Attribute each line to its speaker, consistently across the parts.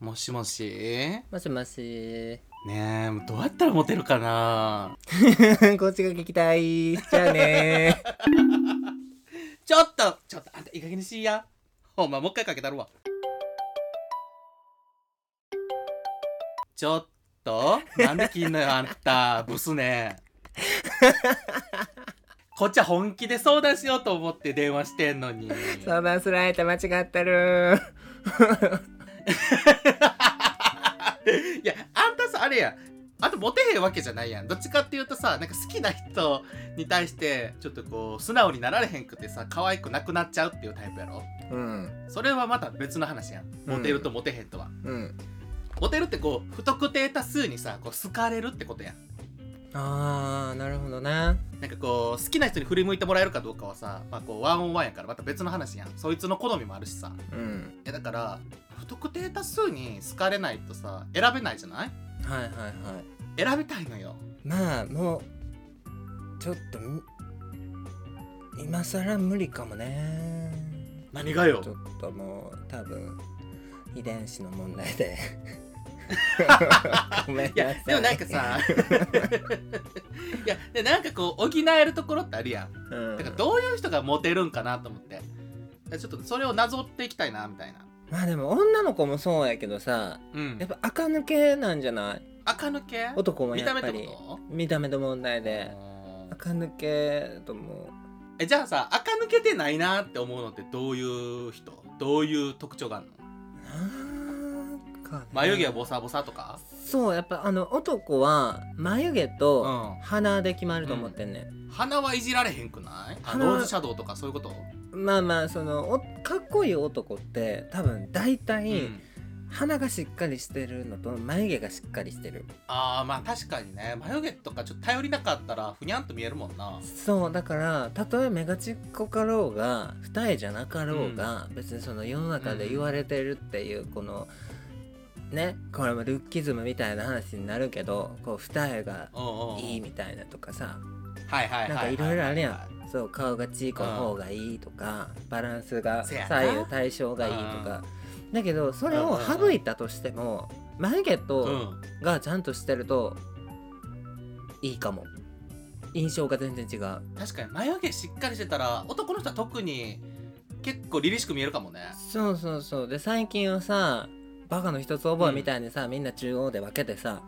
Speaker 1: もしもしね
Speaker 2: もしもし。
Speaker 1: えもうどうやったらモテるかな
Speaker 2: こっちが聞きたい。じゃ あね
Speaker 1: ちょっとちょっとあんたいい加減にしいやほんまもう一回かけたるわちょっとなんで切んのよあんたブスねこっちは本気で相談しようと思って電話してんのに
Speaker 2: 相談する相手間違ってる。
Speaker 1: いやあんたさあれやあんたモテへんわけじゃないやんどっちかっていうとさなんか好きな人に対してちょっとこう素直になられへんくてさ可愛くなくなっちゃうっていうタイプやろ
Speaker 2: うん。
Speaker 1: それはまた別の話やん
Speaker 2: うん
Speaker 1: モテるとモテへんとは、
Speaker 2: うん。
Speaker 1: モテるってこう不特定多数にさこう好かれるってことやん
Speaker 2: あー、なるほどな。
Speaker 1: なんかこう好きな人に振り向いてもらえるかどうかはさ、まあ、こうワンオンワンやからまた別の話やんそいつの好みもあるしさ
Speaker 2: うん。
Speaker 1: いやだから不特定多数に好かれないとさ選べないじゃない
Speaker 2: はいはいはい。
Speaker 1: 選びたいのよ
Speaker 2: まあ、もう、ちょっとみ、今更無理かもね。
Speaker 1: 何がよ
Speaker 2: ちょっともう、多分、遺伝子の問題 で。ごめ
Speaker 1: い
Speaker 2: ん
Speaker 1: やでもなんかさいやでなんかこう補えるところってあるやん
Speaker 2: うん
Speaker 1: だからどういう人がモテるんかなと思ってだからちょっとそれをなぞっていきたいなみたいな
Speaker 2: まあでも女の子もそうやけどさ
Speaker 1: うん
Speaker 2: やっぱ垢抜けなんじゃない
Speaker 1: 垢抜け
Speaker 2: 男も
Speaker 1: 見
Speaker 2: や
Speaker 1: た目
Speaker 2: っ
Speaker 1: っ
Speaker 2: ぱ
Speaker 1: て
Speaker 2: り
Speaker 1: こ
Speaker 2: 見た目の問題
Speaker 1: と
Speaker 2: で
Speaker 1: うん
Speaker 2: 垢抜けとも
Speaker 1: えじゃあさ垢抜けてないなって思うのってどういう人どういう特徴があるの
Speaker 2: なんか、ね、
Speaker 1: 眉毛はボサボサとか
Speaker 2: そうやっぱあの男は眉毛
Speaker 1: う
Speaker 2: と
Speaker 1: ん
Speaker 2: 鼻で決まると思ってんね、
Speaker 1: 鼻はいじられへんくないあ
Speaker 2: 鼻
Speaker 1: ローズシャドウとかそういうこと
Speaker 2: ん、まあまあそのおかっこいい男って多分大
Speaker 1: う
Speaker 2: 体
Speaker 1: ん
Speaker 2: 鼻がしっかりしてるのと眉毛がしっかりしてる
Speaker 1: あーまあ確かにね眉毛とかちょっと頼りなかったらふにゃんと見えるもんな
Speaker 2: そうだからたとえ目がちっこかろうが二重じゃなかろうが、別にその世の中で言われてるっていうこの、ねこれもルッキズムみたいな話になるけどこう二重が
Speaker 1: うんうんうん
Speaker 2: いいみたいなとかさ
Speaker 1: はいはいは
Speaker 2: ないん
Speaker 1: は
Speaker 2: か
Speaker 1: い
Speaker 2: いろいろあるやんそう顔がちいこの方がいいとかバランスが
Speaker 1: せやな
Speaker 2: 左右対称がいいとかだけどそれを省いたとしても眉毛
Speaker 1: う
Speaker 2: と
Speaker 1: ん
Speaker 2: がちゃんとしてるといいかも印象が全然違う。
Speaker 1: 確かに眉毛しっかりしてたら男の人は特に結構凛々しく見えるかもね
Speaker 2: そうそうそうで最近はさバカの一つ覚えみたいにさ、みんな中央で分けてさ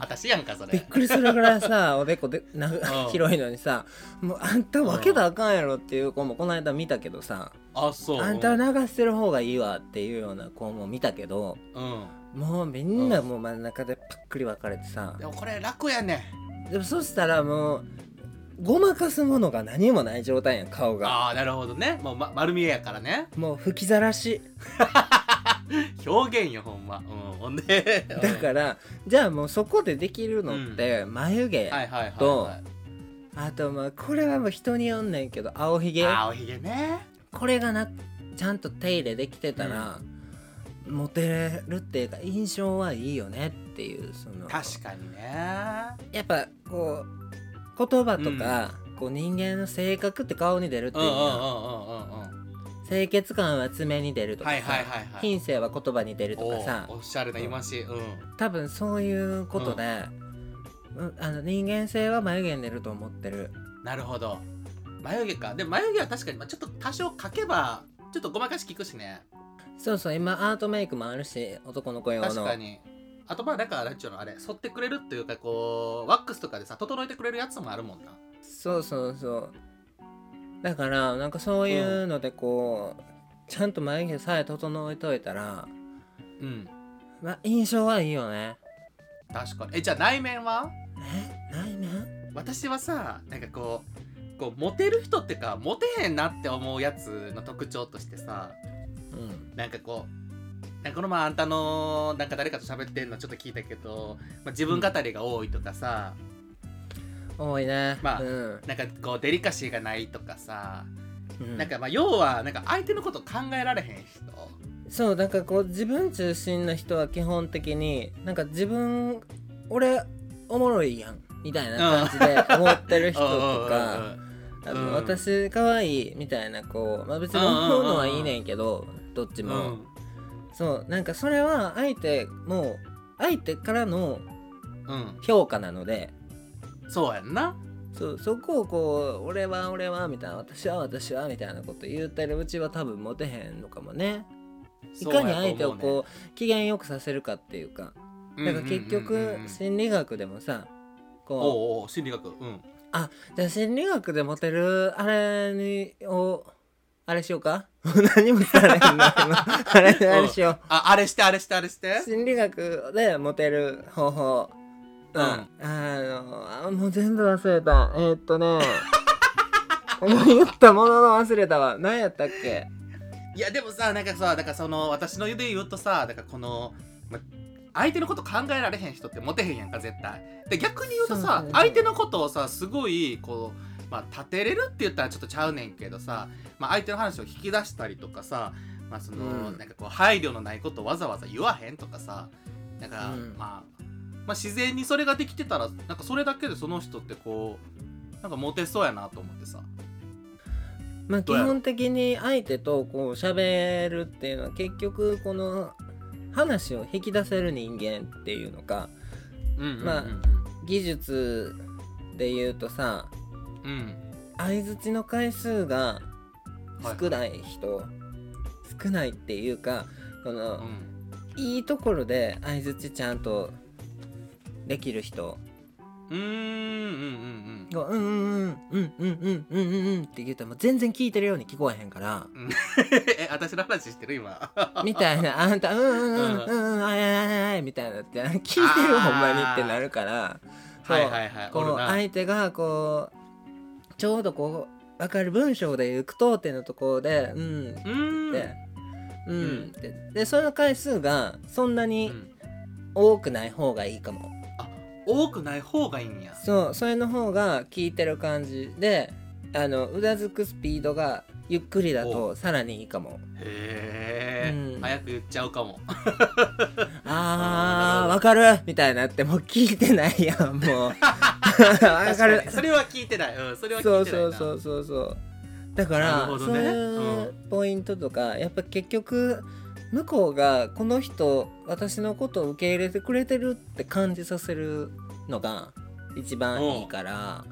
Speaker 1: 私やんかそ
Speaker 2: び
Speaker 1: れ
Speaker 2: っくりするぐら いさおでこでな
Speaker 1: うん
Speaker 2: 広いのにさもうあんた分けたらあかんやろっていう子もこの間見たけどさ
Speaker 1: あそう
Speaker 2: あんたは流してる方がいいわっていうような子も見たけど
Speaker 1: うん
Speaker 2: もうみんなもう真ん中でパックリ分かれてさ
Speaker 1: でもこれ楽やね
Speaker 2: でもそしたらもうごまかすものが何もない状態やん顔が
Speaker 1: ああなるほどねもう、ま、丸見えやからね
Speaker 2: もう吹きざらし
Speaker 1: 表現よほんまうんほんで
Speaker 2: だかららじゃあもうそこでできるのって眉毛、
Speaker 1: はいはいはい、
Speaker 2: と
Speaker 1: は
Speaker 2: あとまあこれはもう人によんねんけど青ひ
Speaker 1: い、
Speaker 2: げ
Speaker 1: 青ひげね
Speaker 2: これがなちゃんと手入れできてたら、モテるっていうか印象はいいよねっていうその
Speaker 1: 確かにね
Speaker 2: やっぱこう言葉とか、こう人間の性格って顔に出るって
Speaker 1: う
Speaker 2: い
Speaker 1: ん
Speaker 2: う
Speaker 1: うん
Speaker 2: や
Speaker 1: うん
Speaker 2: ん
Speaker 1: うんうんうん
Speaker 2: 清潔感は爪に出るとか
Speaker 1: はい
Speaker 2: さ、
Speaker 1: はいはいはい
Speaker 2: 品性は言葉に出るとかさ
Speaker 1: おうおしゃれな言いましうん
Speaker 2: 多分そういうことで、うんあの人間性は眉毛に出ると思ってる
Speaker 1: なるほど眉毛かでも眉毛は確かに、まあ、ちょっと多少描けばちょっとごまかし効くしね
Speaker 2: そうそう今アートメイクもあるし男の子用の
Speaker 1: 確かにあとまあなんかなんちゅうのあれ剃ってくれるっていうかこうワックスとかでさ整えてくれるやつもあるもんな
Speaker 2: そうそうそうだからなんかそういうのでこう、ちゃんと眉毛さえ整えといたら、
Speaker 1: うん
Speaker 2: まあ、印象はいいよね
Speaker 1: 確かにえじゃあ内面は
Speaker 2: えないね
Speaker 1: 私はさなんかこうこうモテる人ってかモテへんなって思うやつの特徴としてさ
Speaker 2: うん
Speaker 1: なんかこうなんかこの前あんたのなんか誰かと喋ってんのちょっと聞いたけど、まあ、自分語りが多いとかさ、
Speaker 2: 多いね
Speaker 1: まあ
Speaker 2: うん
Speaker 1: なんかこうデリカシーがないとかさ、
Speaker 2: うん
Speaker 1: なんかまあ要はなんか相手のこと考えられへん人
Speaker 2: そうなんかこう自分中心の人は基本的になんか自分俺おもろいやんみたいな感じで思ってる人 と
Speaker 1: うんうん
Speaker 2: か
Speaker 1: うんうん
Speaker 2: あ
Speaker 1: うん
Speaker 2: の私可愛いみたいなこう、まあ、別に思うのはいいねんけどどっちも、
Speaker 1: うん
Speaker 2: そうなんかそれは相手もう相手からの
Speaker 1: うん
Speaker 2: 評価なので
Speaker 1: そうやんな
Speaker 2: そうそこをこう「俺は俺は」みたいな「私は私は」みたいなこと言うてるうちは多分モテへんのかもねいかに相手をこう機嫌よくさせるかっていうか
Speaker 1: う
Speaker 2: だから結
Speaker 1: うんうんう
Speaker 2: 局
Speaker 1: んうん
Speaker 2: 心理学でもさこ
Speaker 1: おうおう心理学うん
Speaker 2: うじゃあ心理学でモテるあれにをあれしようか 何もされへんな今あれあれしよう
Speaker 1: ああれしてあれしてあれして
Speaker 2: 心理学でモテる方法うん、あのあもう全部忘れたえーっとね 言ったものの忘れたわ何やったっけ
Speaker 1: いやでもさなんかさだからその私の湯で言うとさだからこの、ま、相手のこと考えられへん人ってモテへんやんか絶対で逆に言うと
Speaker 2: そうそう
Speaker 1: さ
Speaker 2: そう
Speaker 1: 相手のことをさすごいこう、まあ、立てれるって言ったらちょっとちゃうねんけどさ、まあ、相手の話を引き出したりとかさ、まあその
Speaker 2: うん
Speaker 1: なんかこう配慮のないことをわざわざ言わへんとかさなんか、
Speaker 2: うん
Speaker 1: まあ、まあ自然にそれができてたらなんかそれだけでその人ってこうなんかモテそうやなと思ってさ
Speaker 2: まあ基
Speaker 1: どうやろ
Speaker 2: 本的に相手とこう喋るっていうのは結局この話を引き出せる人間っていうのか
Speaker 1: うんうんうんうん、
Speaker 2: まあ技術で言うとさ
Speaker 1: うん
Speaker 2: 相づちの回数が
Speaker 1: はい
Speaker 2: 少ない人、少ないっていうかこの、
Speaker 1: うん
Speaker 2: いいところで相づちちゃんとできる人
Speaker 1: うーんうんうん
Speaker 2: が「うんうんうんうんうんうんうんうん」って言うともう全然聞いてるように聞こえへんから
Speaker 1: うん。 え、私の話してる 今。
Speaker 2: みたいな「あんたうんうんうんうんうんあいあいあいあい」みたいなって聞いてるほんまにってなるから
Speaker 1: はいはいはい。
Speaker 2: こ
Speaker 1: おる
Speaker 2: う
Speaker 1: な。
Speaker 2: 相手がこうちょうどこう分かる文章で言う句読点のところで「うん」って
Speaker 1: うーん。
Speaker 2: 言って「う
Speaker 1: う
Speaker 2: ん
Speaker 1: ん」
Speaker 2: ってでその回数がそんなに
Speaker 1: うん
Speaker 2: 多くない方がいいかも。
Speaker 1: 多くない方がいいんや。
Speaker 2: そうそれの方が効いてる感じであのうなずくスピードがゆっくりだとさらにいいかも
Speaker 1: へえ、
Speaker 2: うん
Speaker 1: 早く言っちゃうかも。
Speaker 2: あ
Speaker 1: あーなるほ
Speaker 2: ー
Speaker 1: ど
Speaker 2: わかるみたいなってもう聞いてないやんもうわ
Speaker 1: 確
Speaker 2: か
Speaker 1: か
Speaker 2: る
Speaker 1: にそれは聞いてない。うん、それは
Speaker 2: そ
Speaker 1: 聞
Speaker 2: う
Speaker 1: いてない
Speaker 2: そ
Speaker 1: な。
Speaker 2: うそうそうそうだから、
Speaker 1: なるほ
Speaker 2: そ
Speaker 1: ど
Speaker 2: う
Speaker 1: ね
Speaker 2: いう
Speaker 1: う
Speaker 2: ポイントとかやっぱ結局向こうがこの人私のことを受け入れてくれてるって感じさせるのが一番いいから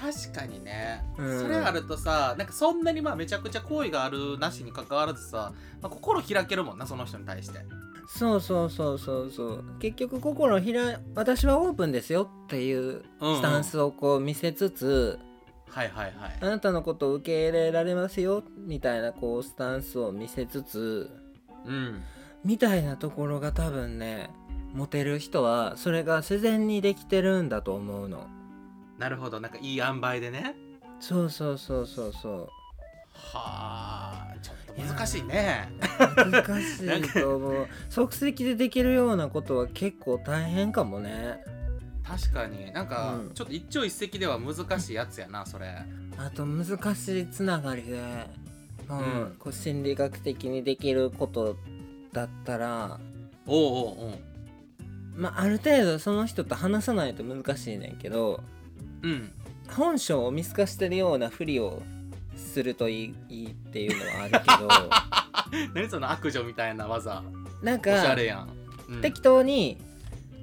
Speaker 1: 確かにね、
Speaker 2: うん
Speaker 1: それあるとさなんかそんなにまあめちゃくちゃ好意があるなしに関わらずさ、まあ、心開けるもんなその人に対して
Speaker 2: そうそうそうそうそう結局心を開い私はオープンですよっていう
Speaker 1: うんうん
Speaker 2: スタンスをこう見せつつ、
Speaker 1: はいはいはい
Speaker 2: あなたのことを受け入れられますよみたいなこうスタンスを見せつつ
Speaker 1: うん
Speaker 2: みたいなところが多分ねモテる人はそれが自然にできてるんだと思うの
Speaker 1: なるほどなんかいい塩梅でね
Speaker 2: そうそうそうそうそ
Speaker 1: はあちょっと難しいね
Speaker 2: う難しいと思う即席でできるようなことは結構大変かもね
Speaker 1: 確かになんか、
Speaker 2: うん
Speaker 1: ちょっと一朝一夕では難しいやつやなそれ
Speaker 2: あと難しいつながりで、もう
Speaker 1: うん
Speaker 2: こう心理学的にできることだったら、
Speaker 1: おうおうおう
Speaker 2: まあ、ある程度その人と話さないと難しいねんけど
Speaker 1: うん
Speaker 2: 本性を見透かしてるようなふりをするといいいいっていうのはあ
Speaker 1: 何その悪女みたいな技
Speaker 2: る けどなん
Speaker 1: おしゃ
Speaker 2: か
Speaker 1: れやんうん
Speaker 2: 適当に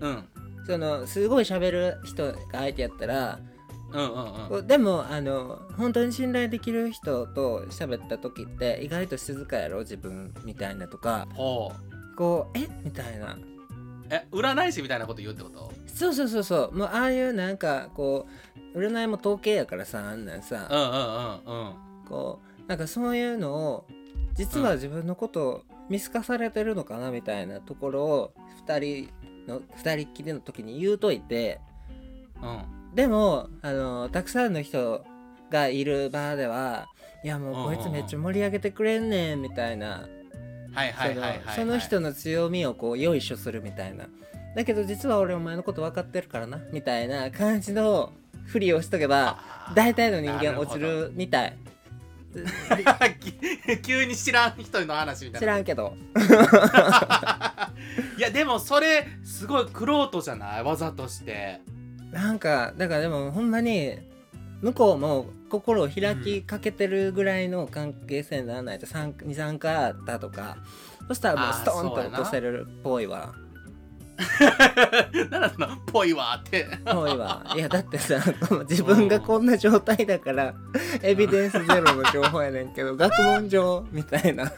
Speaker 1: うん
Speaker 2: そのすごい喋る人が相手やったら
Speaker 1: うんうんうん
Speaker 2: こうでもあの本当に信頼できる人と喋った時って意外と静かやろ自分みたいなとか
Speaker 1: ほ
Speaker 2: こうえみたいな
Speaker 1: うえ占い師みたいなこと言うってこと
Speaker 2: そうそうそうそうもうああいうなんかこう占いも統計やからさあんなん
Speaker 1: う
Speaker 2: さ
Speaker 1: んうんうんうん
Speaker 2: こうなんかそういうのを実は
Speaker 1: うん
Speaker 2: 自分のことを見透かされてるのかなみたいなところを2人の二人っきりの時に言うといて
Speaker 1: うん
Speaker 2: でもあのたくさんの人がいる場ではいやもうこいつめっちゃ盛り上げてくれんねんみたいな
Speaker 1: はいはいはいはいはい
Speaker 2: そのその人の強みをこうよいしょするみたいなだけど実は俺お前のこと分かってるからなみたいな感じのふりをしとけば
Speaker 1: あー
Speaker 2: 大体の人間落ち
Speaker 1: なる
Speaker 2: るみたい
Speaker 1: ほど き急に知らん人の話みたい
Speaker 2: 知
Speaker 1: な
Speaker 2: らんけど
Speaker 1: いやでもそれすごい玄人じゃない技として
Speaker 2: なんかだからでもほんまに向こうも心を開きかけてるぐらいの関係性にならないと23回あったとかそしたらもう
Speaker 1: あー
Speaker 2: ストーンと
Speaker 1: そうや
Speaker 2: 落
Speaker 1: な
Speaker 2: とせるっぽいわ
Speaker 1: なんだぽいわって
Speaker 2: ぽいわいやだってさこの自分がこんな状態だからエビデンスゼロの情報やねんけど学問上みたいな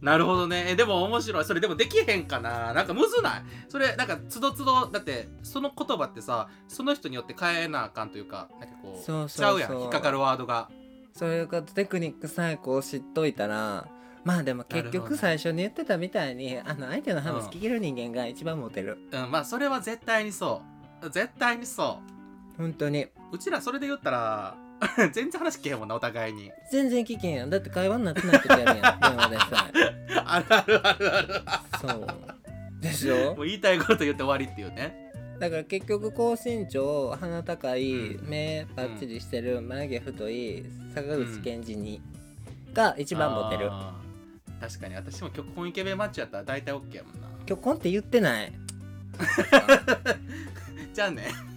Speaker 1: なるほどねえでも面白いそれでもできへんかななんかむずないそれなんかつどつどだってその言葉ってさその人によって変えなあかんというかなんかこう
Speaker 2: そうそうそう
Speaker 1: ちゃうやん引っかかるワードが
Speaker 2: そういうことテクニックさえこう知っといたらまあでも結
Speaker 1: なるほ
Speaker 2: 局
Speaker 1: ど
Speaker 2: 最初に言ってたみたいにあの相手の話聞ける人間が一番モテる
Speaker 1: うんまあそれは絶対にそう絶対にそ
Speaker 2: 本当に
Speaker 1: ううちらそれで言ったら 全然話聞けへんもんなお互いに
Speaker 2: 全然聞けんやんだって会話になってない時あるやん電話でさ
Speaker 1: あるあるあるある
Speaker 2: そうでし
Speaker 1: も
Speaker 2: ょ
Speaker 1: う言いたいこと言って終わりっていうね
Speaker 2: だから結局高身長鼻高い、
Speaker 1: う
Speaker 2: 目パッチリしてる眉毛太い坂口健二に、が一番モテる
Speaker 1: あー確かに私も結婚イケメンマッチやったら大体 OK やもんな
Speaker 2: 今日コンって言ってない
Speaker 1: じゃあね